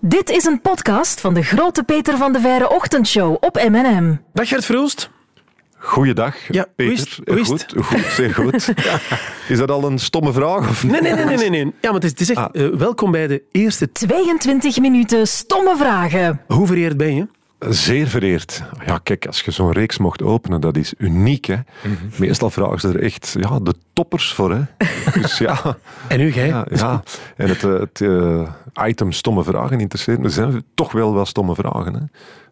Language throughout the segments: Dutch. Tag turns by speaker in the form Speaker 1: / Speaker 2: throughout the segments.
Speaker 1: Dit is een podcast van de grote Peter van de Verre Ochtendshow op MNM.
Speaker 2: Dag Gert Verhulst.
Speaker 3: Goeiedag,
Speaker 2: Ja, hoe is
Speaker 3: Peter.
Speaker 2: het? Hoe is
Speaker 3: goed, goed, zeer goed. Is dat al een stomme vraag? Of niet?
Speaker 2: Nee, nee, nee, nee. nee, nee. Ja, maar het is, het is echt...
Speaker 3: Ah.
Speaker 2: eh, welkom bij de eerste... t-
Speaker 1: 22 minuten stomme vragen.
Speaker 2: Hoe vereerd ben je?
Speaker 3: Zeer vereerd. Ja, kijk, als je zo'n reeks mocht openen, dat is uniek. Hè?
Speaker 2: Mhm.
Speaker 3: Meestal vragen ze er echt ja, de toppers voor. Hè? Dus ja,
Speaker 2: En nu jij?
Speaker 3: ja, ja. En het, eh, het eh, item stomme vragen interesseert me. Er zijn toch wel wel stomme vragen. Hè?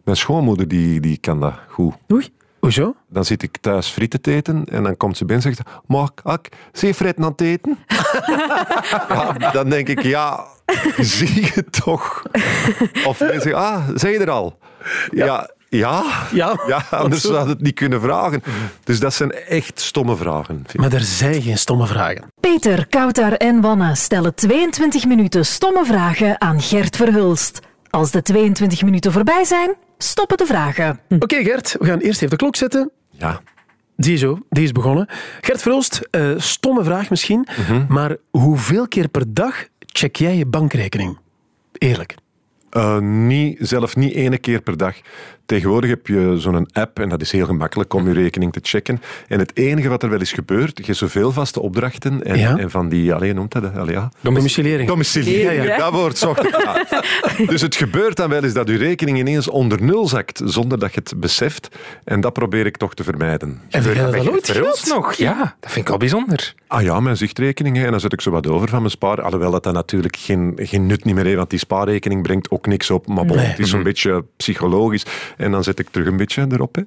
Speaker 3: Mijn schoonmoeder die, die kan dat goed.
Speaker 2: Oei. Hoezo?
Speaker 3: Dan zit ik thuis frieten te eten en dan komt ze binnen en zegt ze, Mag ik zie frieten aan het eten? ja, dan denk ik, ja, zie je toch? Of mensen zeggen, ah, zijn je er al? Ja, ja.
Speaker 2: Ja.
Speaker 3: Ja, anders
Speaker 2: Wat zo?
Speaker 3: zou je het niet kunnen vragen. Dus dat zijn echt stomme vragen. vind ik.
Speaker 2: Maar er zijn geen stomme vragen.
Speaker 1: Peter, Koutar en Wanne stellen 22 minuten stomme vragen aan Gert Verhulst. Als de 22 minuten voorbij zijn, stoppen de vragen.
Speaker 2: Oké Gert, we gaan eerst even de klok zetten.
Speaker 3: Ja.
Speaker 2: Die is, zo, die is begonnen. Gert Verhulst, eh, stomme vraag misschien,
Speaker 3: Mhm.
Speaker 2: maar hoeveel keer per dag check jij je bankrekening? Eerlijk.
Speaker 3: Eh, niet, zelf niet ene keer per dag. Tegenwoordig heb je zo'n app en dat is heel gemakkelijk om je rekening te checken. En het enige wat er wel is gebeurd, je hebt zoveel vaste opdrachten en,
Speaker 2: Ja.
Speaker 3: en van die, alleen noemt dat, hè? allee, ja.
Speaker 2: Domiciliering.
Speaker 3: Domiciliering,
Speaker 2: Ja, ja.
Speaker 3: dat woord zocht ik. Ja. Dus het gebeurt dan wel eens dat uw rekening ineens onder nul zakt, zonder dat je het beseft. En dat probeer ik toch te vermijden.
Speaker 2: en heb jij dat al ooit?
Speaker 4: Verhulst nog? Ja, dat vind ik al bijzonder.
Speaker 3: Ah ja, mijn zichtrekening, hè, en dan zet ik zo wat over van mijn spaar. Alhoewel dat dat natuurlijk geen, geen nut niet meer heeft, want die spaarrekening brengt ook niks op. Maar bon,
Speaker 2: Nee.
Speaker 3: het is een beetje psychologisch. En dan zet ik terug een beetje erop. Hè.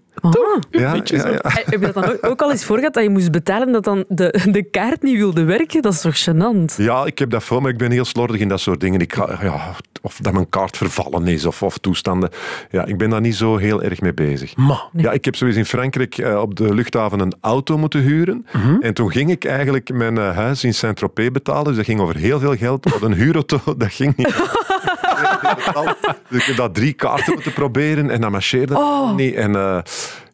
Speaker 3: Ja, ja, ja.
Speaker 5: Eh, Heb je dat dan ook- ook al eens voor gehad dat je moest betalen dat dan de, de kaart niet wilde werken? Dat is toch gênant?
Speaker 3: Ja, ik heb dat voor, maar ik ben heel slordig in dat soort dingen. Ik ga, ja, of dat mijn kaart vervallen is of, of toestanden. Ja, ik ben daar niet zo heel erg mee bezig.
Speaker 2: Ma.
Speaker 3: Ja, ik heb sowieso in Frankrijk eh, op de luchthaven een auto moeten huren. En toen ging ik eigenlijk mijn eh, huis in Saint-Tropez betalen. Dus dat ging over heel veel geld. Maar een huurauto, dat ging niet. dus ik heb dat drie kaarten moeten proberen en dat marcheerde niet. En eh,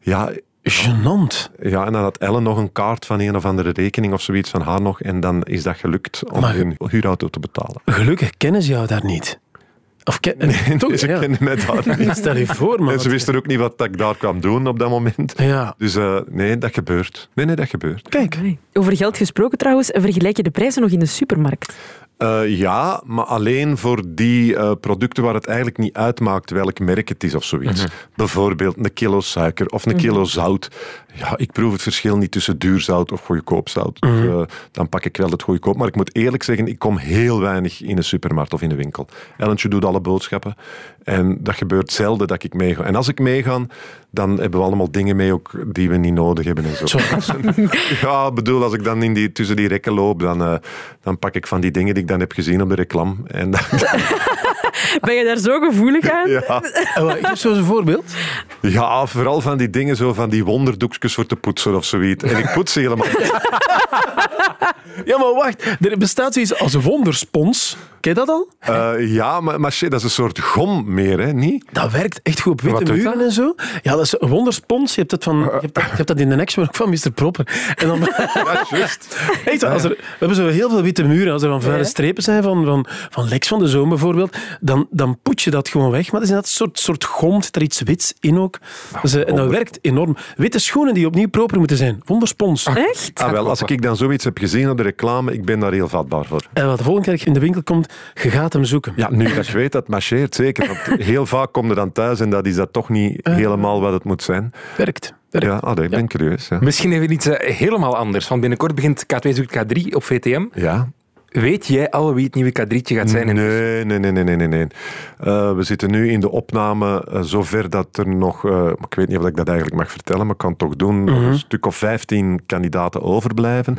Speaker 3: ja,
Speaker 2: Genant.
Speaker 3: ja, en dan had Ellen nog een kaart van een of andere rekening of zoiets van haar nog. En dan is dat gelukt om
Speaker 2: Maar-
Speaker 3: hun huurauto te betalen.
Speaker 2: Gelukkig kennen ze jou daar niet. Of ken... toch?
Speaker 3: ze
Speaker 2: ja.
Speaker 3: kenden mij daar niet.
Speaker 2: Stel je voor, man.
Speaker 3: En ze wisten ook niet wat dat ik daar kwam doen op dat moment.
Speaker 2: Ja.
Speaker 3: Dus eh, nee, dat gebeurt. Nee, nee, dat gebeurt.
Speaker 2: Kijk.
Speaker 5: Over geld gesproken trouwens, vergelijk je de prijzen nog in de supermarkt?
Speaker 3: Eh, ja, maar alleen voor die eh, producten waar het eigenlijk niet uitmaakt welk merk het is of zoiets. Bijvoorbeeld een kilo suiker of een kilo zout. Ja, ik proef het verschil niet tussen duur zout of goedkoop zout. Dus, eh, dan pak ik wel het goedkoop. Maar ik moet eerlijk zeggen, ik kom heel weinig in een supermarkt of in de winkel. Ellentje doet alle boodschappen. En dat gebeurt zelden dat ik meega. En als ik meega, dan hebben we allemaal dingen mee ook die we niet nodig hebben en
Speaker 2: Zo.
Speaker 3: ja, ik bedoel, als ik dan in die, tussen die rekken loop, dan, eh, dan pak ik van die dingen die ik dan heb gezien op de reclame. En dan,
Speaker 5: Ben je daar zo gevoelig aan?
Speaker 3: ja,
Speaker 2: Eh, wel, Ik heb zo'n voorbeeld.
Speaker 3: ja, vooral van die dingen, zo van die wonderdoekjes voor te poetsen of zoiets. En ik poets ze helemaal. niet.
Speaker 2: Ja, maar wacht. Er bestaat zoiets als wonderspons. Ken je dat al?
Speaker 3: Eh, ja, maar, maar shit, dat is een soort gom meer, hè? Niet?
Speaker 2: Dat werkt echt goed op
Speaker 4: Wat
Speaker 2: witte
Speaker 4: doet
Speaker 2: muren
Speaker 4: dat?
Speaker 2: en zo. Ja, dat is een wonderspons. Je hebt dat, van, je hebt dat, je hebt dat in de Nextwork van Mr. Proper. En dan,
Speaker 3: Ja, Ah, juist.
Speaker 2: echt, waar, als er, we hebben zo heel veel witte muren. Als er dan vuile strepen zijn van, van, van Lex van de Zoom bijvoorbeeld, dan, dan poet je dat gewoon weg. Maar dat is inderdaad een soort, soort gom. Zit er iets wits in ook. Dus, eh, en dat
Speaker 3: Ah, wonder.
Speaker 2: werkt enorm. Witte schoenen die opnieuw proper moeten zijn. Wonderspons.
Speaker 5: Echt?
Speaker 3: Ah, wel, als ik dan zoiets heb gezien op de reclame, ik ben daar heel vatbaar voor.
Speaker 2: En Eh, wat de volgende keer dat je in de winkel komt, je gaat hem zoeken.
Speaker 3: Ja, nu dat je weet, dat marcheert zeker. Want heel vaak kom je dan thuis en dat is dat toch niet helemaal wat het moet zijn.
Speaker 2: Werkt. werkt.
Speaker 3: Eh. Ja, ah, nee, ik ben curieus. Ja.
Speaker 4: Misschien even iets eh, helemaal anders. Want binnenkort begint K2 zoekt K3 op VTM.
Speaker 3: ja.
Speaker 4: Weet jij al wie het nieuwe K3'tje gaat zijn? in-
Speaker 3: Nee, nee, nee, nee, nee, nee. nee. Eh, we zitten nu in de opname eh, zover dat er nog, eh, maar ik weet niet of ik dat eigenlijk mag vertellen, maar ik kan het toch doen, nog een stuk of 15 kandidaten overblijven.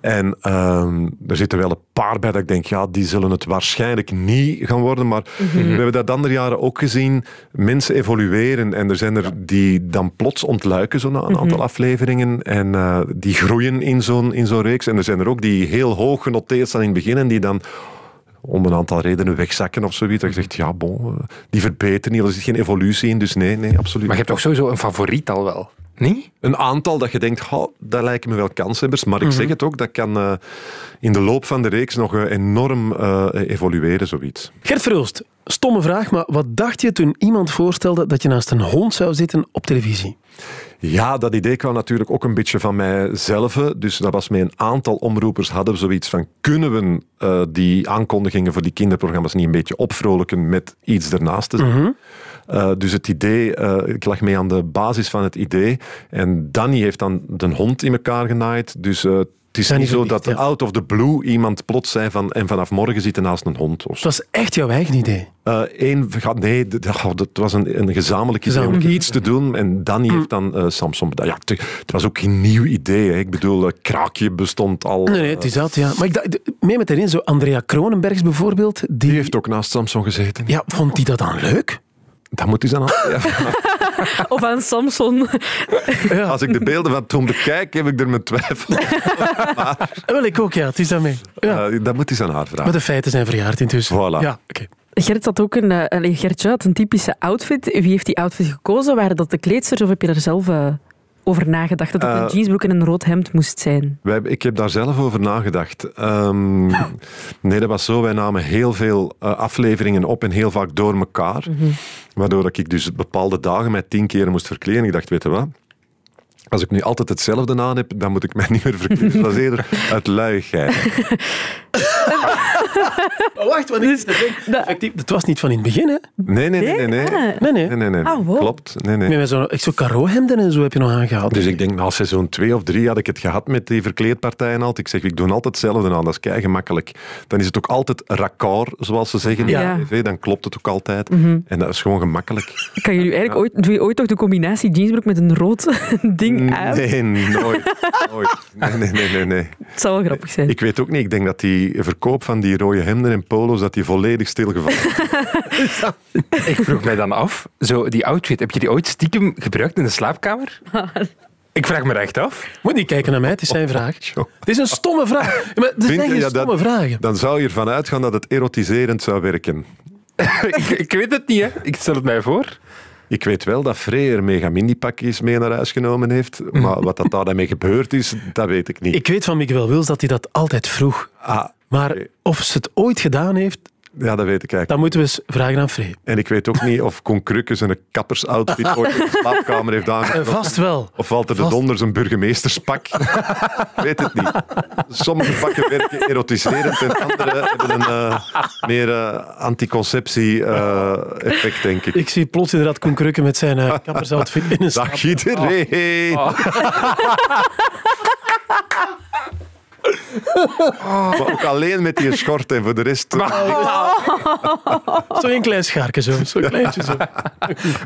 Speaker 3: En ehm, er zitten wel een paar bij dat ik denk, ja, die zullen het waarschijnlijk niet gaan worden. Maar we hebben dat andere jaren ook gezien. Mensen evolueren en er zijn er die dan plots ontluiken, zo'n een aantal afleveringen. En eh, die groeien in zo'n in zo'n reeks. En er zijn er ook die heel hoog genoteerd staan in het begin en die dan om een aantal redenen wegzakken of zoiets. Dat je zegt, ja, bon, eh, die verbeteren niet. Er zit geen evolutie in, dus nee, nee, absoluut
Speaker 4: Maar je hebt
Speaker 3: niet.
Speaker 4: toch sowieso een favoriet al wel? Nee?
Speaker 3: Een aantal dat je denkt, "Goh, dat lijken me wel kanshebbers. Maar
Speaker 4: Mhm.
Speaker 3: ik zeg het ook, dat kan eh, in de loop van de reeks nog eh, enorm eh, evolueren, zoiets.
Speaker 2: Gert Verhulst, stomme vraag, maar wat dacht je toen iemand voorstelde dat je naast een hond zou zitten op televisie?
Speaker 3: Ja, dat idee kwam natuurlijk ook een beetje van mijzelf. hè. Dus dat was met een aantal omroepers hadden we zoiets van kunnen we eh, die aankondigingen voor die kinderprogramma's niet een beetje opvrolijken met iets ernaast te zetten.
Speaker 2: Mhm.
Speaker 3: Eh, dus het idee, eh, ik lag mee aan de basis van het idee. En Danny heeft dan de hond in elkaar genaaid. Dus eh, het is
Speaker 2: Danny
Speaker 3: niet zo
Speaker 2: Verlicht,
Speaker 3: dat
Speaker 2: ja.
Speaker 3: out of the blue iemand plots zei van en vanaf morgen zit er naast een hond. Of zo.
Speaker 2: Het was echt jouw eigen idee.
Speaker 3: Eh, één verga- nee, d- d- oh, dat was een, een gezamenlijk idee om
Speaker 2: Gezamenlijk.
Speaker 3: iets te doen. En Danny heeft
Speaker 2: Mm.
Speaker 3: dan eh, Samson bedacht. Ja, te- het was ook geen nieuw idee. Hè. Ik bedoel, eh, Kraakje bestond al.
Speaker 2: Nee, nee, het is dat, ja. Maar ik dacht, mee met erin, zo Andrea Kronenbergs bijvoorbeeld, die,
Speaker 3: Die heeft ook naast Samson gezeten.
Speaker 2: ja, vond die dat dan leuk?
Speaker 3: Dat moet hij dan al. Ja.
Speaker 5: Of aan Samson.
Speaker 3: Als ik de beelden van toen bekijk, heb ik er mijn twijfel.
Speaker 2: Eh, Wel, ik ook, ja, het is daarmee. Ja.
Speaker 3: Eh, dat moet hij aan haar vragen.
Speaker 2: Maar de feiten zijn verjaard intussen.
Speaker 3: Voilà.
Speaker 2: Ja, oké.
Speaker 5: Gert had ook een, eh, allee, Gertje had een typische outfit. Wie heeft die outfit gekozen? Waren dat de kleedsters of heb je daar zelf eh, over nagedacht? Dat het
Speaker 3: Eh,
Speaker 5: een jeansbroek en een rood hemd moest zijn.
Speaker 3: Wij, ik heb daar zelf over nagedacht. Ehm, nee, dat was zo. Wij namen heel veel eh, afleveringen op en heel vaak door elkaar. Waardoor dat ik dus bepaalde dagen mij tien keer moest verkleden. Ik dacht, weet je wat? Als ik nu altijd hetzelfde aan heb, dan moet ik mij niet meer verkleden. Dat was eerder uit luiigheid.
Speaker 2: Oh, wacht, want ik, effectief, het was niet van in het begin, hè?
Speaker 3: Nee, nee, nee. Nee, nee.
Speaker 5: Ah.
Speaker 2: Nee, nee.
Speaker 3: nee, nee, nee.
Speaker 5: Ah, wow.
Speaker 3: Klopt. Nee, nee.
Speaker 2: Met zo, ik zo hemden en zo heb je nog aangehaald.
Speaker 3: Dus ik denk, na seizoen 2 of 3 had ik het gehad met die verkleedpartijen altijd. Ik zeg, ik doe altijd hetzelfde aan, dat is kei gemakkelijk. Dan is het ook altijd raccord, zoals ze zeggen
Speaker 5: Ja.
Speaker 3: ja. Mhm. in de tv. Dan klopt het ook altijd. En dat is gewoon gemakkelijk.
Speaker 5: Kan jullie eigenlijk ooit, doe je ooit toch de combinatie jeansbroek met een rood ding uit?
Speaker 3: Nee, nooit. nooit. Nee, nee, nee, nee, nee.
Speaker 5: Het zou wel grappig zijn.
Speaker 3: Ik weet ook niet, ik denk dat die verkoop van die rode hemden en polo's, dat die volledig stilgevallen is.
Speaker 4: Ik vroeg mij dan af, zo, die outfit, heb je die ooit stiekem gebruikt in de slaapkamer? Ik vraag me dat echt af.
Speaker 2: Moet niet kijken naar mij, het is zijn vraag.
Speaker 3: Oh, joh.
Speaker 2: Het is een stomme vraag. Ja, Maar er
Speaker 3: Vind
Speaker 2: zijn
Speaker 3: je-
Speaker 2: geen
Speaker 3: ja, dat-
Speaker 2: stomme vragen.
Speaker 3: Dan zou je ervan uitgaan dat het erotiserend zou werken.
Speaker 4: ik, ik weet het niet, hè. Ik stel het mij voor.
Speaker 3: Ik weet wel dat Freer megamini-pakjes mee naar huis genomen heeft, maar wat dat daarmee gebeurd is, dat weet Mhm. ik niet.
Speaker 2: Ik weet van Miguel Wils dat hij dat altijd vroeg.
Speaker 3: Ah,
Speaker 2: Maar of ze het ooit gedaan heeft,
Speaker 3: ja, dat weet ik eigenlijk.
Speaker 2: dan moeten we eens vragen aan Free.
Speaker 3: En ik weet ook niet of Con Krukkes een kappersoutfit ooit in de slaapkamer heeft
Speaker 2: Eh,
Speaker 3: aangenomen.
Speaker 2: vast wel.
Speaker 3: Of Walter de
Speaker 2: Vast.
Speaker 3: Donder zijn burgemeesterspak. Ik weet het niet. Sommige pakken werken erotiserend en andere hebben een eh, meer eh, anticonceptie-effect, denk ik.
Speaker 2: Ik zie plots inderdaad Koen Krukken met zijn eh, kappersoutfit in een slaap.
Speaker 3: Dag iedereen!
Speaker 2: Oh.
Speaker 3: Oh. Maar ook alleen met die schort en voor de rest... eh,
Speaker 2: Zo'n klein schaarke zo. Zo'n kleintje zo.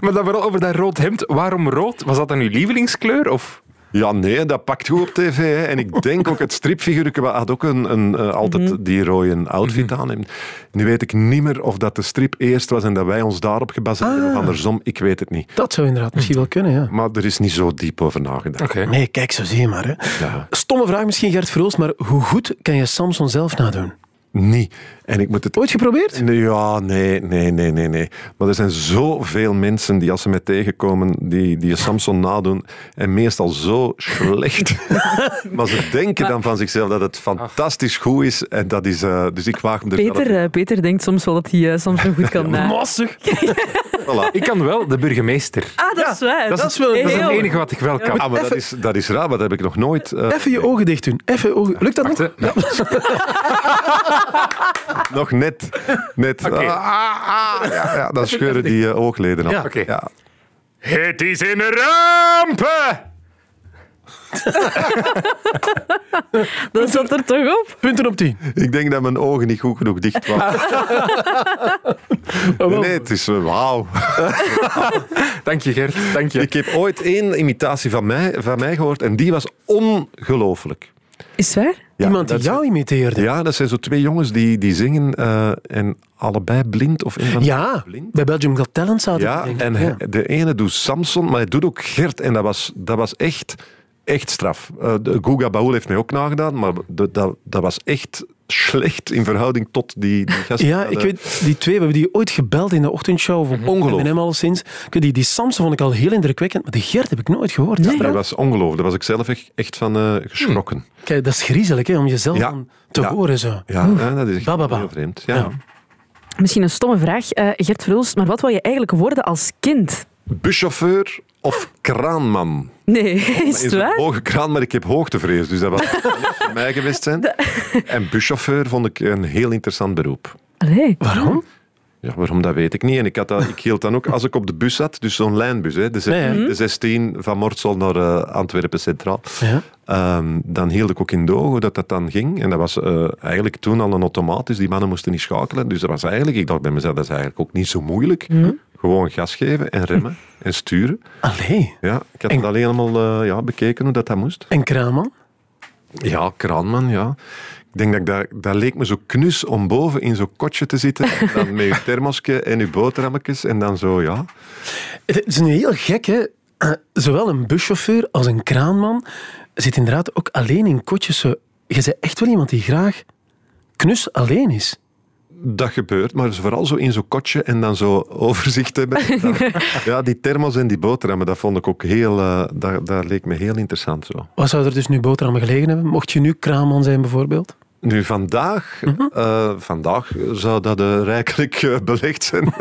Speaker 4: Maar dan vooral over dat rood hemd. Waarom rood? Was dat dan uw lievelingskleur? Of...
Speaker 3: Ja, nee, dat pakt goed op tv. Hè. En ik denk ook het stripfiguurke wat had ook een, een, eh, altijd die rode outfit aan. En nu weet ik niet meer of dat de strip eerst was en dat wij ons daarop gebaseerd hebben. of andersom, ik weet het niet.
Speaker 2: Dat zou inderdaad misschien wel kunnen, ja.
Speaker 3: Maar er is niet zo diep over nagedacht.
Speaker 4: Oké.
Speaker 2: Nee, kijk, zo zie je maar. Hè. Stomme vraag misschien, Gert Verhulst, maar hoe goed kan je Samson zelf nadoen?
Speaker 3: Niet. En ik moet het...
Speaker 2: Ooit geprobeerd?
Speaker 3: Nee, Ja, nee, nee, nee, nee, nee. Maar er zijn zoveel mensen die als ze mij tegenkomen, die, die Samson nadoen. En meestal zo slecht. maar ze denken dan van zichzelf dat het fantastisch goed is. En dat is... eh, dus ik waag me er zelf
Speaker 5: Peter, eh, Peter denkt soms wel dat hij eh, Samson goed kan na.
Speaker 2: Massig.
Speaker 3: Voilà.
Speaker 4: Ik kan wel de burgemeester.
Speaker 5: Ah, dat is waar.
Speaker 4: dat is-
Speaker 2: Dat is wel...
Speaker 5: Heel
Speaker 4: Dat is het
Speaker 5: Eeuw.
Speaker 4: enige wat ik wel kan.
Speaker 3: Ah, maar dat is, dat is raar, maar dat heb ik nog nooit. eh,
Speaker 2: Even je ogen dicht doen. Even je ogen... Lukt dat nog?
Speaker 4: Wacht, hè.
Speaker 2: Ja.
Speaker 3: nog net. net
Speaker 4: Oké.
Speaker 3: ah, ah, ah. ja, ja, dan scheuren die eh, oogleden af.
Speaker 2: Ja.
Speaker 4: Oké.
Speaker 3: Ja.
Speaker 4: Het is een rampen!
Speaker 5: Dat zat er toch op?
Speaker 2: Punten op tien.
Speaker 3: Ik denk dat mijn ogen niet goed genoeg dicht waren.
Speaker 2: wel.
Speaker 3: nee, het is eh, wauw.
Speaker 4: Dank je, Gert. Dank je.
Speaker 3: Ik heb ooit één imitatie van mij, van mij gehoord en die was ongelooflijk.
Speaker 5: Is het waar?
Speaker 3: Ja,
Speaker 2: Iemand die
Speaker 3: dat zijn-
Speaker 2: jou imiteerde.
Speaker 3: Ja, dat zijn zo twee jongens die, die zingen eh, en allebei blind of een van de
Speaker 2: Ja,
Speaker 3: blind.
Speaker 2: bij Belgium Got Talent zaten
Speaker 3: Ja,
Speaker 2: we, denk ik.
Speaker 3: en
Speaker 2: Ja.
Speaker 3: hij- de ene doet Samson, maar hij doet ook Gert. En dat was, dat was echt, echt straf. Eh de Guga Baul heeft mij ook nagedaan, maar de- dat, dat was echt slecht in verhouding tot die, die gasten.
Speaker 2: Ja, ik
Speaker 3: Eh,
Speaker 2: weet, die twee, we hebben die ooit gebeld in de ochtendshow. Of op
Speaker 3: Mhm. Ongelooflijk.
Speaker 2: M&M alleszins. Ik weet, Die, die Samson vond ik al heel indrukwekkend, maar de Gert heb ik nooit gehoord.
Speaker 3: Dat
Speaker 2: Bram.
Speaker 3: was ongelooflijk. Daar was ik zelf echt, echt van eh, geschrokken.
Speaker 2: Kijk, dat is griezelig, hè, om jezelf
Speaker 3: Ja.
Speaker 2: dan te
Speaker 3: Ja.
Speaker 2: horen zo.
Speaker 3: Ja, eh, dat is echt
Speaker 2: Ba, ba, ba.
Speaker 3: heel vreemd. Ja.
Speaker 2: Ja.
Speaker 5: Misschien een stomme vraag, eh, Gert Verhulst, maar wat wil je eigenlijk worden als kind?
Speaker 3: Buschauffeur of kraanman?
Speaker 5: Nee, is
Speaker 3: In
Speaker 5: het
Speaker 3: zo'n
Speaker 5: waar?
Speaker 3: hoge kraan, maar ik heb hoogtevrees, dus dat was voor mij geweest zijn. En buschauffeur vond ik een heel interessant beroep.
Speaker 5: Allee.
Speaker 2: Waarom?
Speaker 3: Ja, waarom, dat weet ik niet. En ik, had dat, ik hield dan ook, als ik op de bus zat, dus zo'n lijnbus, hè, de, zes-
Speaker 2: Ja, ja.
Speaker 3: de 16 van Mortsel naar eh, Antwerpen Centraal,
Speaker 2: Ja.
Speaker 3: ehm, dan hield ik ook in de ogen dat dat dan ging. En dat was eh, eigenlijk toen al een automaat, dus die mannen moesten niet schakelen. Dus dat was eigenlijk, ik dacht bij mezelf, dat is eigenlijk ook niet zo moeilijk.
Speaker 2: Mhm.
Speaker 3: Gewoon gas geven en remmen en sturen.
Speaker 2: Allee.
Speaker 3: Ja, ik had
Speaker 2: En-
Speaker 3: het alleen allemaal eh, ja, bekeken hoe dat, dat moest.
Speaker 2: En Kraman?
Speaker 3: Ja, kraanman, ja. Ik denk dat ik daar, dat leek me zo knus om boven in zo'n kotje te zitten. En dan met je thermosje en je boterhammetjes en dan zo, ja.
Speaker 2: Het is nu heel gek, hè. Eh, Zowel een buschauffeur als een kraanman zit inderdaad ook alleen in kotjes. Zo. Je bent echt wel iemand die graag knus alleen is.
Speaker 3: Dat gebeurt, maar dus vooral zo in zo'n kotje en dan zo overzicht hebben. Dan- ja, die thermos en die boterhammen, dat vond ik ook heel... eh dat, dat leek me heel interessant zo.
Speaker 2: Wat zou er dus nu boterhammen gelegen hebben? Mocht je nu kraanman zijn, bijvoorbeeld?
Speaker 3: Nu, vandaag,
Speaker 5: Mhm.
Speaker 3: eh, vandaag zou dat eh, rijkelijk eh, belegd zijn.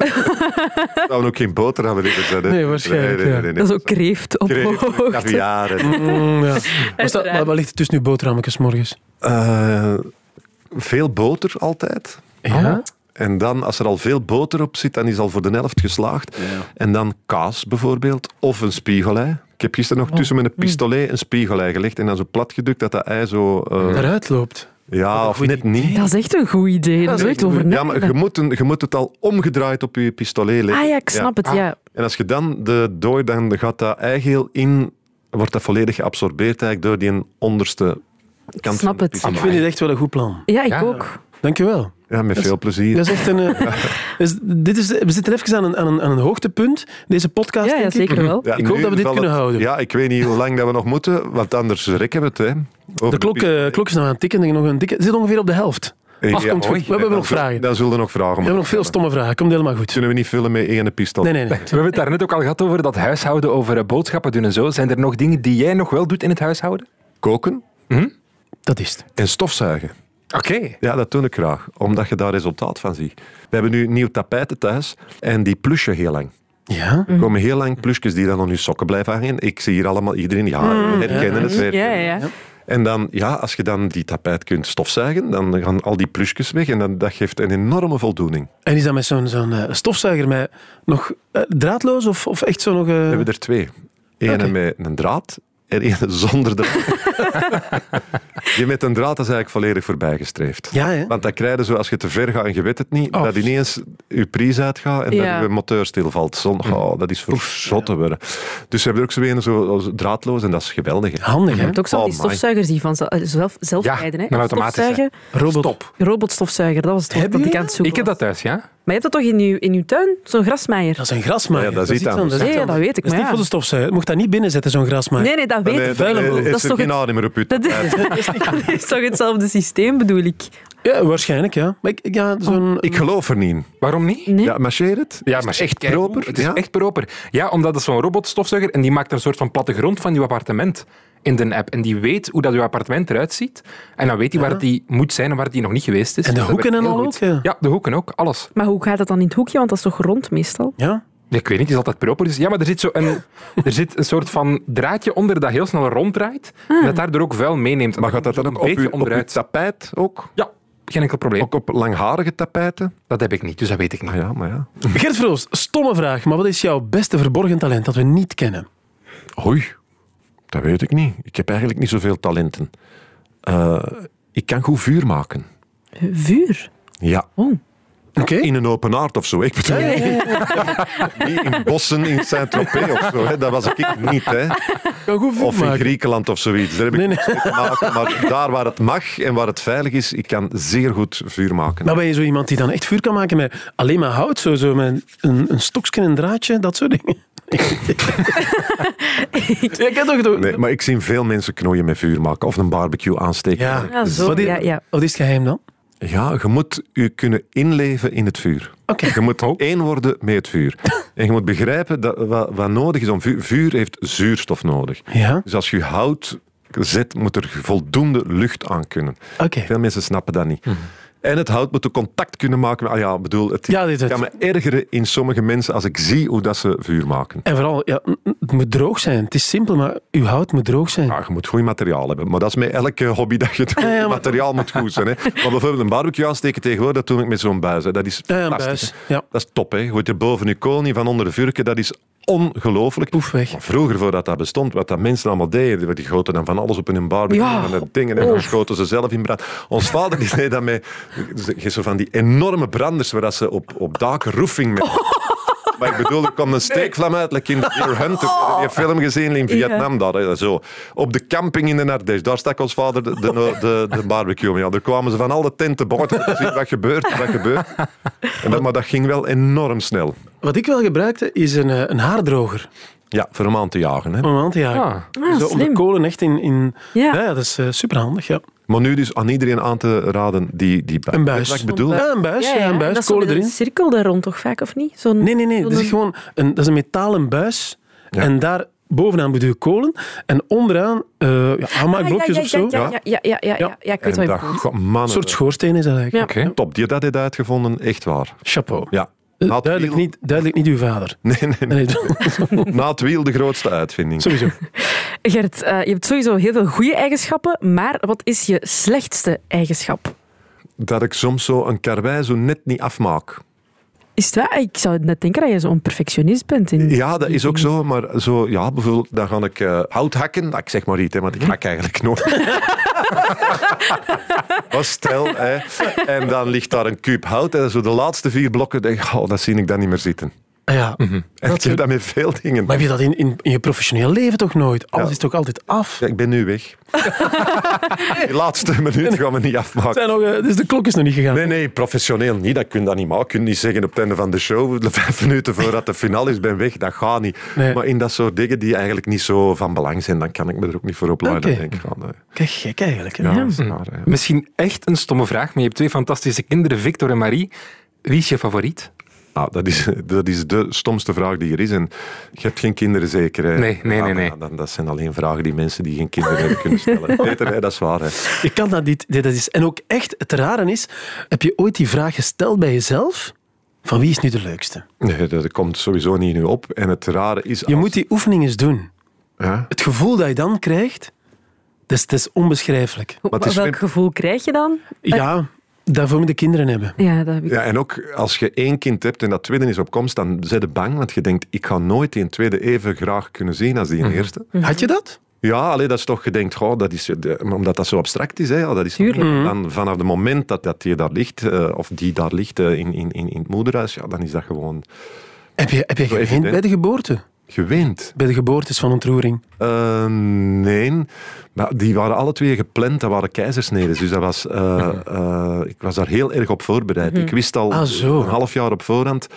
Speaker 3: Zouden ook geen boterhammen liggen zijn. hè?
Speaker 2: Nee, waarschijnlijk,
Speaker 3: Nee, nee, nee,
Speaker 2: ja.
Speaker 3: nee, nee.
Speaker 5: Dat is ook kreeft op
Speaker 3: Kreeft,
Speaker 5: hoogte. Mhm.
Speaker 3: kaviaar en-
Speaker 2: Mm, ja. Maar sta-
Speaker 5: Uiteraard.
Speaker 2: maar wat ligt het dus nu boterhammetjes morgens?
Speaker 3: Eh, veel boter altijd.
Speaker 2: Ja?
Speaker 3: En dan, als er al veel boter op zit, dan is al voor de helft geslaagd. En dan kaas bijvoorbeeld, of een spiegelei. Ik heb gisteren
Speaker 5: Oh.
Speaker 3: nog tussen met
Speaker 5: Mm.
Speaker 3: een pistolet een spiegelei gelegd en dan zo plat gedukt dat dat ei zo... eh,
Speaker 2: Eruit loopt.
Speaker 3: ja, of
Speaker 2: goed
Speaker 3: net niet.
Speaker 5: Dat is echt een goed idee. Dat is echt over
Speaker 3: Ja, maar je
Speaker 5: nadenken.
Speaker 3: moet, een- je moet het al omgedraaid op je pistolet leggen.
Speaker 5: Ah ja, ik snap het, ja.
Speaker 3: En als je dan de dooi, dan gaat dat eigeel in... Wordt dat volledig geabsorbeerd eigenlijk door die onderste kant
Speaker 5: snap
Speaker 3: van de
Speaker 5: het.
Speaker 3: pistolet.
Speaker 2: Ik vind dit echt wel een goed plan.
Speaker 5: Ja, ik
Speaker 4: Ja.
Speaker 5: ook.
Speaker 2: Dankjewel.
Speaker 3: Ja, met veel plezier.
Speaker 2: Dat is echt een... eh, is- dit is, we zitten even aan een, aan, een, aan een hoogtepunt, deze podcast.
Speaker 5: Ja, ja,
Speaker 2: denk ik.
Speaker 5: zeker wel.
Speaker 3: Ja,
Speaker 2: Ik hoop
Speaker 3: nu
Speaker 2: dat we dit
Speaker 3: valt
Speaker 2: kunnen
Speaker 3: het-
Speaker 2: houden.
Speaker 3: Ja, ik weet niet hoe lang dat we nog moeten, want anders rekken we het. Hè. Over
Speaker 2: De klok,
Speaker 3: piste.
Speaker 2: eh, klok is nog aan het tikken. denk ik, Nog een dikke, zit ongeveer op de helft.
Speaker 3: Ja,
Speaker 2: Ach, komt goed.
Speaker 3: mooi.
Speaker 2: We hebben
Speaker 3: Dan
Speaker 2: nog
Speaker 3: zul-
Speaker 2: vragen.
Speaker 3: Dan zullen we nog vragen.
Speaker 2: We
Speaker 3: maken.
Speaker 2: hebben nog veel stomme vragen. Komt helemaal goed.
Speaker 3: Kunnen we niet vullen met ene pistool?
Speaker 2: Nee, nee, nee.
Speaker 4: We hebben het daarnet ook al gehad over dat huishouden, over eh, boodschappen doen en zo. Zijn er nog dingen die jij nog wel doet in het huishouden?
Speaker 3: Koken
Speaker 2: Dat is het.
Speaker 3: en stofzuigen.
Speaker 4: Oké.
Speaker 3: Ja, dat doe ik graag, omdat je daar resultaat van ziet. We hebben nu nieuw tapijten thuis en die plusje heel lang.
Speaker 2: Ja?
Speaker 3: Er komen heel lang plusjes die dan aan je sokken blijven hangen. Ik zie hier allemaal iedereen, ja, we herkennen het. we
Speaker 5: Mm. Ja,
Speaker 3: herkennen
Speaker 5: Hm, ja,
Speaker 3: het.
Speaker 5: ja.
Speaker 3: En dan, ja, als je dan die tapijt kunt stofzuigen, dan gaan al die plusjes weg en dan, dat geeft een enorme voldoening.
Speaker 2: En is dat met zo'n zo'n eh, stofzuiger met nog eh, draadloos of, of echt zo nog... eh,
Speaker 3: We hebben er twee. Ene
Speaker 2: Oké.
Speaker 3: met een draad en ene zonder draad. Die met een draad is eigenlijk volledig voorbijgestreefd.
Speaker 2: Ja, hè?
Speaker 3: Want dat krijg je zo, als je te ver gaat en je weet het niet,
Speaker 2: Oh.
Speaker 3: dat ineens je prijs uitgaat en
Speaker 5: Ja. Mm.
Speaker 3: dat je motor stilvalt. Zon, oh, dat is verschotten worden. Dus we hebben er ook zo een zo als draadloos en dat is geweldig. hè.
Speaker 2: Handig,
Speaker 5: Je
Speaker 2: hè?
Speaker 5: hebt ook zo van die
Speaker 3: Oh my.
Speaker 5: stofzuigers die van zelf- zelf, zelf
Speaker 4: Ja,
Speaker 5: rijden. Hè?
Speaker 4: maar automatisch, hè.
Speaker 5: Stofzuigen,
Speaker 2: Robot.
Speaker 5: robotstofzuiger, dat was het woord
Speaker 2: Hebben
Speaker 5: dat ik
Speaker 2: jullie
Speaker 5: aan het zoeken
Speaker 4: Ik heb dat
Speaker 5: was.
Speaker 4: thuis, ja.
Speaker 5: Maar je hebt dat toch in je, in uw tuin? Zo'n grasmaaier?
Speaker 2: Dat is een grasmaaier.
Speaker 3: Ja, dat is iets
Speaker 2: iets
Speaker 3: anders.
Speaker 2: is iets
Speaker 5: Ja, ja, dat weet ik,
Speaker 2: Dat is
Speaker 5: maar
Speaker 2: niet
Speaker 5: ja.
Speaker 2: voor de stofzuiger. Je mocht dat niet binnenzetten, zo'n grasmaaier.
Speaker 5: Nee, nee, dat weet ik.
Speaker 2: vuile boel.
Speaker 3: dat
Speaker 5: Dat is
Speaker 3: is er
Speaker 5: toch
Speaker 3: geen
Speaker 5: het-
Speaker 3: adem meer op je
Speaker 5: Dat is, dat is toch hetzelfde systeem, bedoel ik?
Speaker 2: Ja, waarschijnlijk, ja. Maar ik, ik- ja, zo'n...
Speaker 5: Oh.
Speaker 3: Ik geloof er niet in.
Speaker 4: Waarom niet?
Speaker 5: Nee?
Speaker 3: Ja, marcheer het?
Speaker 4: Ja, maar echt keigoed.
Speaker 3: proper,
Speaker 4: Het is
Speaker 3: ja?
Speaker 4: echt proper. Ja, omdat dat is zo'n robotstofzuiger en die maakt een soort van plattegrond van je appartement in de app. En die weet hoe dat je appartement eruit ziet. En dan weet hij waar die moet zijn en waar die nog niet geweest is.
Speaker 2: En de
Speaker 4: Dus dat
Speaker 2: hoeken
Speaker 4: werkt
Speaker 2: en
Speaker 4: heel
Speaker 2: al
Speaker 4: goed.
Speaker 2: ook, ja.
Speaker 4: Ja, de hoeken ook, alles.
Speaker 5: Maar hoe gaat dat dan in het hoekje? Want dat is toch rond meestal?
Speaker 2: Ja?
Speaker 4: Ja, Ik weet niet, het is altijd proper. Dus ja, maar er zit, zo een, er zit een soort van draadje onder dat heel snel ronddraait. En dat daardoor ook vuil meeneemt.
Speaker 3: Ah.
Speaker 4: En
Speaker 3: Maar gaat dat dan
Speaker 4: komt
Speaker 3: ook
Speaker 4: er
Speaker 3: op
Speaker 4: een beetje
Speaker 3: je, op je
Speaker 4: onderuit?
Speaker 3: tapijt ook?
Speaker 4: Ja, geen enkel probleem.
Speaker 3: Ook op langharige tapijten?
Speaker 4: Dat heb ik niet, dus dat weet ik niet.
Speaker 3: Ah ja, maar ja.
Speaker 2: Gert Vroost, stomme vraag, maar wat is jouw beste verborgen talent dat we niet kennen?
Speaker 3: Hoi, dat weet ik niet. Ik heb eigenlijk niet zoveel talenten. Eh, ik kan goed vuur maken.
Speaker 5: Vuur.
Speaker 3: Ja.
Speaker 2: Oké.
Speaker 3: In een open aard of zo. Ik bedoel, niet in bossen in Saint-Tropez of zo. Hè. Dat was ik niet. Hè.
Speaker 2: Kan goed vuur
Speaker 3: Of in
Speaker 2: maken.
Speaker 3: Griekenland of zoiets. Daar heb ik
Speaker 2: Nee,
Speaker 3: nee,
Speaker 2: nee.
Speaker 3: maken. Maar daar waar het mag en waar het veilig is, ik kan zeer goed vuur maken.
Speaker 2: Maar ben je zo iemand die dan echt vuur kan maken met alleen maar hout, zo, zo met een, een stokje en een draadje, dat soort dingen? ja, ik heb toch... toch-
Speaker 3: Nee, maar ik zie veel mensen knoeien met vuur maken. Of een barbecue aansteken.
Speaker 2: Ja.
Speaker 5: Ja, zo.
Speaker 2: Wat is,
Speaker 5: Ja, ja.
Speaker 2: wat is het geheim dan?
Speaker 3: Ja, je moet je kunnen inleven in het vuur.
Speaker 2: Oké. Oh.
Speaker 3: Je moet één worden met het vuur. En je moet begrijpen dat, wat, wat nodig is om vuur. Vuur heeft zuurstof nodig.
Speaker 2: Ja,
Speaker 3: Dus als je hout zet, moet er voldoende lucht aan kunnen.
Speaker 2: oké. Mhm.
Speaker 3: Veel mensen snappen dat niet. En het hout moet ook contact kunnen maken. met- Ah ja, ik bedoel, het
Speaker 2: Ja, dit is het.
Speaker 3: kan me ergeren in sommige mensen als ik zie hoe dat ze vuur maken.
Speaker 2: En vooral, ja, m- m- het moet droog zijn. Het is simpel, maar uw hout moet droog zijn.
Speaker 3: Ja, Ah, je moet goed materiaal hebben. Maar dat is met elke hobby dat je doet.
Speaker 2: maar-
Speaker 3: Materiaal moet goed zijn. Hè. Maar bijvoorbeeld een barbecue aansteken tegenwoordig, dat doe ik met zo'n buis. hè. Dat is
Speaker 2: Ja, een
Speaker 3: fantastisch.
Speaker 2: buis.
Speaker 3: hè.
Speaker 2: Ja,
Speaker 3: Dat is top. Hè. Je gooit er boven je kool niet van onder de vurken. Dat is ongelooflijk.
Speaker 2: poef weg.
Speaker 3: Maar vroeger, voordat dat bestond, wat dat mensen allemaal deden, die goten dan van alles op in hun barbecue
Speaker 5: Ja.
Speaker 3: en van dat dingen en dan schoten ze zelf in brand. Ons vader die deed dat met ze- je zo van die enorme branders waar dat ze op, op daken roofing mee... Maar ik bedoel, er kwam een steekvlam uit, like in Deer Hunter. Heb je die film gezien in Vietnam? Daar, hè, zo. Op de camping in de Nardes, daar stak ons vader de, de, de, de barbecue om. Ja, daar kwamen ze van alle tenten boven. te zien Wat gebeurt, wat gebeurt. En dat, maar dat ging wel enorm snel.
Speaker 2: Wat ik wel gebruikte, is een, eh, een haardroger.
Speaker 3: Ja, voor hem aan te jagen. Hè.
Speaker 2: Om aan te jagen.
Speaker 4: Ah.
Speaker 5: Ah,
Speaker 2: Zo, om de
Speaker 5: slim.
Speaker 2: kolen echt in... in...
Speaker 5: Ja.
Speaker 2: Ja. ja, dat is eh, superhandig, ja.
Speaker 3: Maar nu dus aan iedereen aan te raden die, die buis.
Speaker 2: Een
Speaker 3: Weet
Speaker 2: buis.
Speaker 3: je Wat ik bedoel,
Speaker 2: Ja, een buis. Ja, een
Speaker 5: En
Speaker 2: buis,
Speaker 5: dat is zo
Speaker 2: kolen
Speaker 5: met een
Speaker 2: erin.
Speaker 5: cirkel daar rond toch vaak, of niet? Zo'n-
Speaker 2: Nee, nee, nee. Dat is
Speaker 5: zo'n-
Speaker 2: gewoon een, dat is een metalen buis.
Speaker 3: Ja.
Speaker 2: En daar bovenaan moet je kolen. En onderaan eh ja, aanmaakblokjes
Speaker 5: Ah, ja,
Speaker 2: of zo.
Speaker 5: ja, Ja, ja, ja, ja, ja, ja, ja, ik weet
Speaker 3: en
Speaker 5: wat je
Speaker 3: dat,
Speaker 5: bedoelt.
Speaker 3: god, mannen,
Speaker 2: Een soort schoorsteen is dat eigenlijk.
Speaker 5: Ja.
Speaker 4: Oké.
Speaker 3: top, die dat heeft uitgevonden, echt waar.
Speaker 2: Chapeau.
Speaker 3: Ja.
Speaker 2: Eh,
Speaker 3: Had
Speaker 2: Duidelijk
Speaker 3: wiel-
Speaker 2: niet, duidelijk niet uw vader.
Speaker 3: Nee, nee,
Speaker 2: Nee, dat-
Speaker 3: nee. Na het wiel de grootste uitvinding.
Speaker 2: sowieso.
Speaker 5: Gert, eh, je hebt sowieso heel veel goede eigenschappen, maar wat is je slechtste eigenschap?
Speaker 3: Dat ik soms zo een karwei zo net niet afmaak.
Speaker 5: Is het waar? Ik zou net denken dat je zo'n perfectionist bent. In...
Speaker 3: Ja, dat is ook zo. Maar zo, ja, bijvoorbeeld, dan ga ik eh, hout hakken. Nou, ik zeg maar niet, hè, want ik hak eigenlijk nooit. Was stel, hè. En dan ligt daar een kuub hout. En zo de laatste vier blokken, denk ik, oh, dat zie ik dan niet meer zitten.
Speaker 2: Ah, ja.
Speaker 3: En ik heb dat met veel dingen.
Speaker 2: Maar heb je dat in, in, in je professioneel leven toch nooit? Alles
Speaker 3: Ja.
Speaker 2: is toch altijd af?
Speaker 3: Ja, ik ben nu weg. Die laatste minuut gaan we niet afmaken.
Speaker 2: Zijn nog, eh, dus de klok is nog niet gegaan.
Speaker 3: Nee, nee, professioneel niet. Dat kun je dat niet maken. Je kunt niet zeggen op het einde van de show, de vijf minuten voordat de finale is, ben weg. Dat gaat niet.
Speaker 2: Nee.
Speaker 3: Maar in dat soort dingen die eigenlijk niet zo van belang zijn, dan kan ik me er ook niet voor opleiden.
Speaker 2: Oké.
Speaker 3: Dan denk ik van, eh,
Speaker 2: Kijk, gek eigenlijk. hè.
Speaker 3: ja, dat is eh, raar, hè.
Speaker 4: Misschien echt een stomme vraag, maar je hebt twee fantastische kinderen, Victor en Marie. Wie is je favoriet?
Speaker 3: Ah, dat, is, dat is de stomste vraag die er is. En je hebt geen kinderen zeker, hè?
Speaker 4: Nee, nee,
Speaker 3: Ah,
Speaker 4: nee, nee.
Speaker 3: maar ja, dan, dat zijn alleen vragen die mensen die geen kinderen hebben kunnen stellen. Peter, hè, dat is waar. Hè.
Speaker 2: Je kan dat niet. nee, dat is. En ook echt, het rare is, heb je ooit die vraag gesteld bij jezelf? Van wie is nu de leukste?
Speaker 3: Nee, dat komt sowieso niet nu op. En het rare is...
Speaker 2: Je
Speaker 3: als-
Speaker 2: moet die oefening eens doen.
Speaker 3: Ja?
Speaker 2: Het gevoel dat je dan krijgt, dat is, dat is onbeschrijfelijk.
Speaker 5: Hoe-
Speaker 3: het is
Speaker 5: Welk
Speaker 3: slim.
Speaker 5: gevoel krijg je dan?
Speaker 2: Ja, daarvoor moet je kinderen hebben.
Speaker 5: Ja, dat heb ik.
Speaker 3: Ja, en ook als je één kind hebt en dat tweede is op komst, dan ben je bang, want je denkt, ik ga nooit die tweede even graag kunnen zien als die eerste.
Speaker 2: Had je dat?
Speaker 3: Ja, alleen dat is toch, je denkt, goh, dat is, eh, de- maar omdat dat zo abstract is, hè, ja, dat is
Speaker 5: Tuurlijk.
Speaker 3: dan vanaf het moment dat, dat die daar ligt, eh, of die daar ligt eh, in, in, in, in het moederhuis, ja, dan is dat gewoon
Speaker 2: Heb je, heb je
Speaker 3: Zo
Speaker 2: geweend
Speaker 3: evident.
Speaker 2: bij de geboorte?
Speaker 3: geweend.
Speaker 2: Bij de geboortes van ontroering.
Speaker 3: Eh, nee, maar die waren alle twee gepland, dat waren keizersneden. Dus dat was, eh, eh, ik was daar heel erg op voorbereid. Ik wist al
Speaker 2: Mhm. Ah, zo.
Speaker 3: een half jaar op voorhand,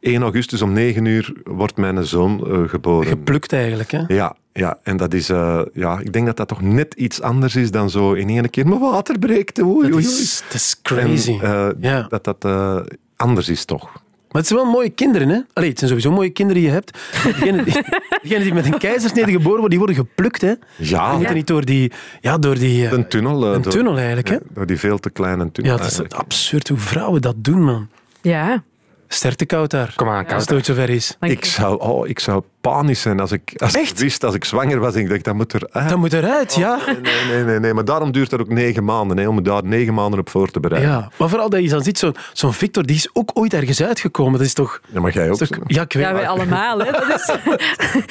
Speaker 3: 1 augustus om 9 uur wordt mijn zoon eh, geboren.
Speaker 2: Geplukt eigenlijk, hè?
Speaker 3: ja, ja, en dat is, eh, ja, ik denk dat dat toch net iets anders is dan zo in één keer mijn water breekt. Oei,
Speaker 2: Dat
Speaker 3: oei,
Speaker 2: is, dat is
Speaker 3: oei. En,
Speaker 2: crazy.
Speaker 3: eh,
Speaker 2: Ja.
Speaker 3: Dat dat eh, anders is toch.
Speaker 2: Maar het zijn wel mooie kinderen, hè? Allee, het zijn sowieso mooie kinderen die je hebt. Degenen die, degene die met een keizersnede geboren worden, die worden geplukt, hè? Die
Speaker 3: Ja,
Speaker 2: moeten niet door die... Ja, door die... eh,
Speaker 3: een tunnel. eh,
Speaker 2: een
Speaker 3: door-
Speaker 2: tunnel eigenlijk, hè?
Speaker 3: ja, door die veel te kleine tunnel.
Speaker 2: Ja, het is
Speaker 3: eigenlijk.
Speaker 2: absurd hoe vrouwen dat doen, man.
Speaker 5: Ja.
Speaker 2: Sterkte koud daar.
Speaker 4: Kom aan,
Speaker 2: Als
Speaker 4: Koud.
Speaker 2: het ooit zover is.
Speaker 5: dank
Speaker 3: Ik
Speaker 5: je.
Speaker 3: zou, oh, ik zou panisch zijn als ik, als ik
Speaker 2: Echt?
Speaker 3: wist, als ik zwanger was. Ik dacht, dat moet er uit.
Speaker 2: Dat moet eruit, ja.
Speaker 3: Nee, nee, nee, nee. Maar daarom duurt dat ook negen maanden. Hè, om me daar negen maanden op voor te bereiden. Ja,
Speaker 2: Ja, maar vooral dat je dan ziet, zo- zo'n Victor, die is ook ooit ergens uitgekomen. Dat is toch...
Speaker 3: maar jij ook.
Speaker 2: dat is toch- ja, ik weet
Speaker 5: Ja, wij allemaal. Hè. Dat is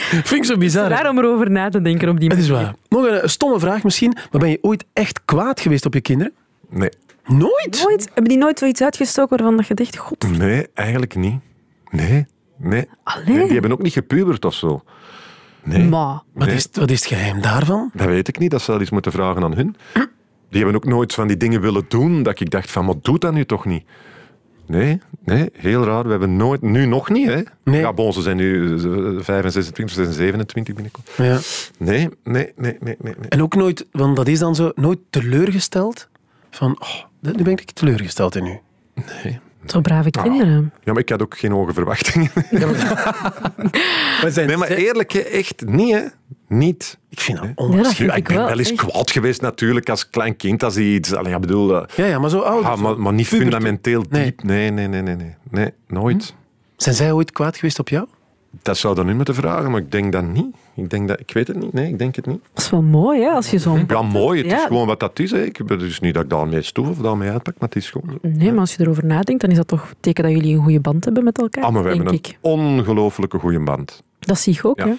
Speaker 2: Vind ik zo bizar. hè?
Speaker 5: raar om erover na te denken op die
Speaker 2: Het
Speaker 5: manier.
Speaker 2: is waar. Nog een, een stomme vraag misschien, maar ben je ooit echt kwaad geweest op je kinderen?
Speaker 3: Nee,
Speaker 2: Nooit?
Speaker 5: Nooit, hebben die nooit zoiets uitgestoken waarvan dat je dacht, god,
Speaker 3: nee, eigenlijk niet. Nee, nee.
Speaker 5: alleen.
Speaker 3: Nee, die hebben ook niet gepubert of zo. Nee.
Speaker 5: Maar,
Speaker 2: Wat,
Speaker 3: Nee.
Speaker 2: is, het- wat is het geheim daarvan?
Speaker 3: Dat weet ik niet. Dat zou je eens moeten vragen aan hun. Die hebben ook nooit van die dingen willen doen. Dat ik dacht van, maar doe dat nu toch niet? Nee, nee, heel raar. We hebben nooit, nu nog niet, hè?
Speaker 2: Nee.
Speaker 3: Ja, bon, ze zijn nu eh, 25, ze zijn 27 binnenkort.
Speaker 2: Ja.
Speaker 3: Nee, nee, nee, nee, nee. nee.
Speaker 2: En ook nooit, want dat is dan zo, nooit teleurgesteld van, oh, Nu ben ik teleurgesteld in u.
Speaker 5: Zo brave kinderen.
Speaker 3: Ja, maar ik had ook geen hoge verwachtingen.
Speaker 2: We zijn
Speaker 3: Nee, maar eerlijk, hè, echt niet, hè. Niet.
Speaker 2: Ik vind dat
Speaker 5: Ja,
Speaker 2: on...
Speaker 5: dat
Speaker 3: Nu,
Speaker 5: vind
Speaker 3: ik
Speaker 5: ik
Speaker 3: ben
Speaker 5: wel.
Speaker 3: wel eens
Speaker 5: echt.
Speaker 3: kwaad geweest natuurlijk als klein kind. Als hij iets... Allee, ja, bedoel, eh,
Speaker 2: ja, ja, maar zo oud.
Speaker 3: ah, maar, maar niet
Speaker 2: Pubert-
Speaker 3: fundamenteel
Speaker 2: Oh, Nee.
Speaker 3: diep. Nee, nee, nee, nee. Nee, nee nooit.
Speaker 2: Zijn zij ooit kwaad geweest op jou?
Speaker 3: Dat zou dan nu moeten vragen, maar ik denk dat niet. Ik, denk dat, ik weet het niet. Nee, ik denk het niet.
Speaker 5: Dat is wel mooi, hè, als je zo'n...
Speaker 3: Ja, mooi. Het
Speaker 5: Ja.
Speaker 3: is gewoon wat dat is. Hè. Ik, het is niet dat ik daarmee stoef of daarmee uitpak, maar het is gewoon... zo.
Speaker 5: Nee, maar als je erover nadenkt, dan is dat toch teken dat jullie een goede band hebben met elkaar,
Speaker 3: Ah, maar we
Speaker 5: denk
Speaker 3: hebben
Speaker 5: ik.
Speaker 3: een ongelooflijke goede band.
Speaker 5: Dat zie ik ook,
Speaker 3: Ja.
Speaker 5: hè.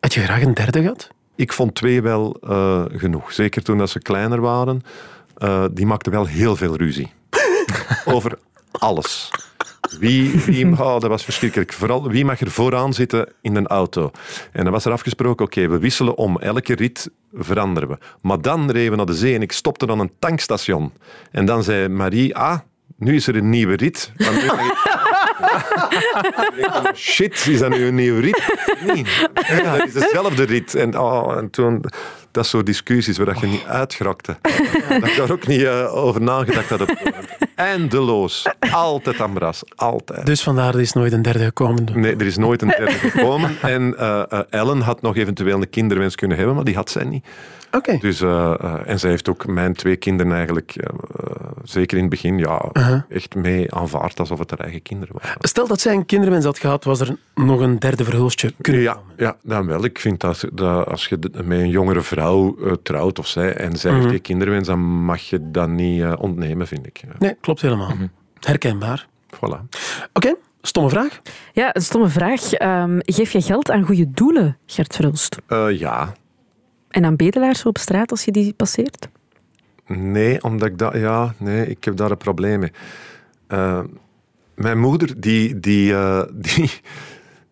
Speaker 2: Had je graag een derde gehad?
Speaker 3: Ik vond twee wel eh, genoeg. Zeker toen dat ze kleiner waren. Eh, die maakten wel heel veel ruzie. Over alles. Wie, wie oh, dat was verschrikkelijk. Vooral wie mag er vooraan zitten in een auto. En dan was er afgesproken, oké, we wisselen om. Elke rit veranderen we. Maar dan reden we naar de zee en ik stopte aan een tankstation. En dan zei Marie, ah, nu is er een nieuwe rit. Want nu mag ik- Shit, is dat nu een nieuwe rit? Nee, ja, het is dezelfde rit. En, oh, en toen, dat soort discussies waar dat je niet uitgrakte. Dat ik daar ook niet eh, over nagedacht had. op- Eindeloos. Altijd ambras. Altijd.
Speaker 2: Dus vandaar er is nooit een derde gekomen.
Speaker 3: Nee, er is nooit een derde gekomen. En eh, eh, Ellen had nog eventueel een kinderwens kunnen hebben, maar die had zij niet.
Speaker 2: Oké.
Speaker 3: Dus, eh, eh, en zij heeft ook mijn twee kinderen eigenlijk, eh, eh, zeker in het begin, ja, echt mee aanvaard alsof het haar eigen kinderen waren.
Speaker 2: Stel dat zij een kinderwens had gehad, was er nog een derde verhulstje kunnen
Speaker 3: Ja, ja, dan wel. Ik vind dat, dat als je d- met een jongere vrouw eh, trouwt of zij, en zij
Speaker 5: Mhm.
Speaker 3: heeft die kinderwens, dan mag je dat niet eh, ontnemen, vind ik. Ja,
Speaker 2: Nee, klopt helemaal.
Speaker 3: Mhm.
Speaker 2: Herkenbaar.
Speaker 3: voilà.
Speaker 2: Oké, stomme vraag.
Speaker 5: Ja, een stomme vraag. Ehm, geef je geld aan goede doelen, Gert Verhulst?
Speaker 3: Eh, ja.
Speaker 5: En aan bedelaars op straat als je die passeert?
Speaker 3: Nee, omdat ik dat... Ja, nee, ik heb daar een probleem mee. Eh, mijn moeder, die, die, eh, die,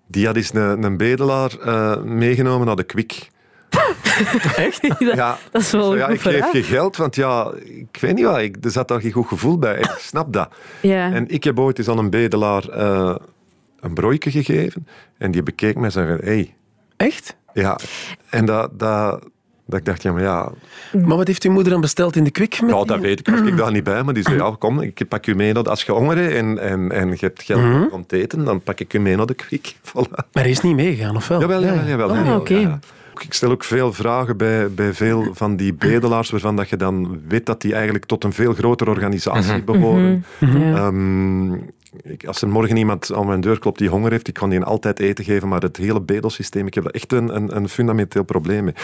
Speaker 3: die had eens een, een bedelaar eh, meegenomen naar de kwik.
Speaker 5: dat, dat is wel
Speaker 3: Zo,
Speaker 5: een
Speaker 3: ja,
Speaker 5: goed
Speaker 3: ik geef
Speaker 5: verhaal.
Speaker 3: je geld, want ja, ik weet niet wat, ik, er zat daar geen goed gevoel bij. Ik snap dat.
Speaker 5: Ja.
Speaker 3: En ik heb ooit eens aan een bedelaar eh, een broodje gegeven. En die bekeek mij en zei, hé, hey,
Speaker 2: Echt?
Speaker 3: ja. En dat, dat, dat ik dacht, ja, maar ja,
Speaker 2: Maar wat heeft uw moeder dan besteld in de kwik? Met
Speaker 3: ja,
Speaker 2: die-
Speaker 3: dat weet ik, was ik daar niet bij. Maar die zei, ja, kom, ik pak u mee naar de- als je honger bent en, en, en je hebt geld om te eten, dan pak ik u mee naar de kwik. Voilà.
Speaker 2: Maar hij is niet meegegaan, of wel?
Speaker 3: Jawel, jawel, jawel.
Speaker 5: Ah,
Speaker 3: jawel,
Speaker 5: oké.
Speaker 3: Ik stel ook veel vragen bij, bij veel van die bedelaars, waarvan dat je dan weet dat die eigenlijk tot een veel grotere organisatie behoren.
Speaker 5: Ja.
Speaker 3: Ehm, ik, als er morgen iemand aan mijn deur klopt die honger heeft, ik kan die altijd eten geven, maar het hele bedelsysteem, ik heb daar echt een, een, een fundamenteel probleem mee.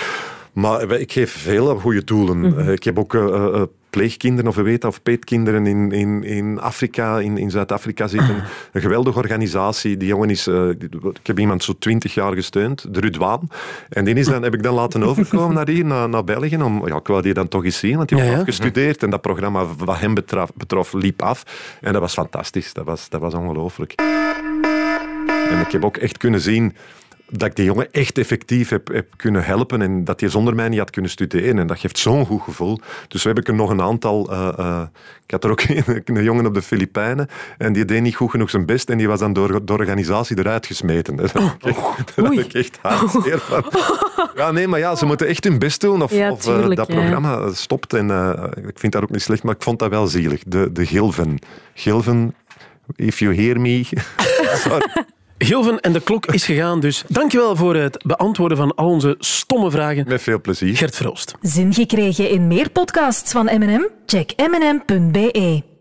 Speaker 3: Maar we- ik geef veel aan goede doelen. Eh, Ik heb ook eh, eh, eh, pleegkinderen of we weten of peetkinderen in, in, in Afrika, in, in Zuid-Afrika zitten. Een geweldige organisatie. Die jongen is, eh, die- ik heb iemand zo twintig jaar gesteund, de Rudwaan. En die is dan, heb ik dan laten overkomen naar hier, naar, naar België. Om, ja, ik wou die dan toch eens zien, want die
Speaker 2: Ja,
Speaker 3: was
Speaker 2: ja.
Speaker 3: gestudeerd en dat programma wat hem betraf, betrof liep af. En dat was fantastisch, dat was, dat was ongelooflijk. En ik heb ook echt kunnen zien dat ik die jongen echt effectief heb, heb kunnen helpen en dat hij zonder mij niet had kunnen studeren. En dat geeft zo'n goed gevoel. Dus zo heb ik er nog een aantal... eh, eh, ik had er ook een, een jongen op de Filipijnen en die deed niet goed genoeg zijn best en die was dan door de organisatie eruit gesmeten. Dat
Speaker 2: Oh,
Speaker 3: had ik echt, daar had ik echt hartzeer van. Ja, nee, maar ja, ze moeten echt hun best doen. Of,
Speaker 5: Ja,
Speaker 3: of eh,
Speaker 5: tuurlijk,
Speaker 3: dat
Speaker 5: ja.
Speaker 3: programma stopt. En eh, ik vind dat ook niet slecht, maar ik vond dat wel zielig. De, de Gilven. Gilven, if you hear me. Sorry.
Speaker 2: Gilven en de klok is gegaan, dus dankjewel voor het beantwoorden van al onze stomme vragen.
Speaker 3: Met veel plezier.
Speaker 2: Gert Verhulst.
Speaker 1: Zin gekregen in meer podcasts van M&M? Check mm.be.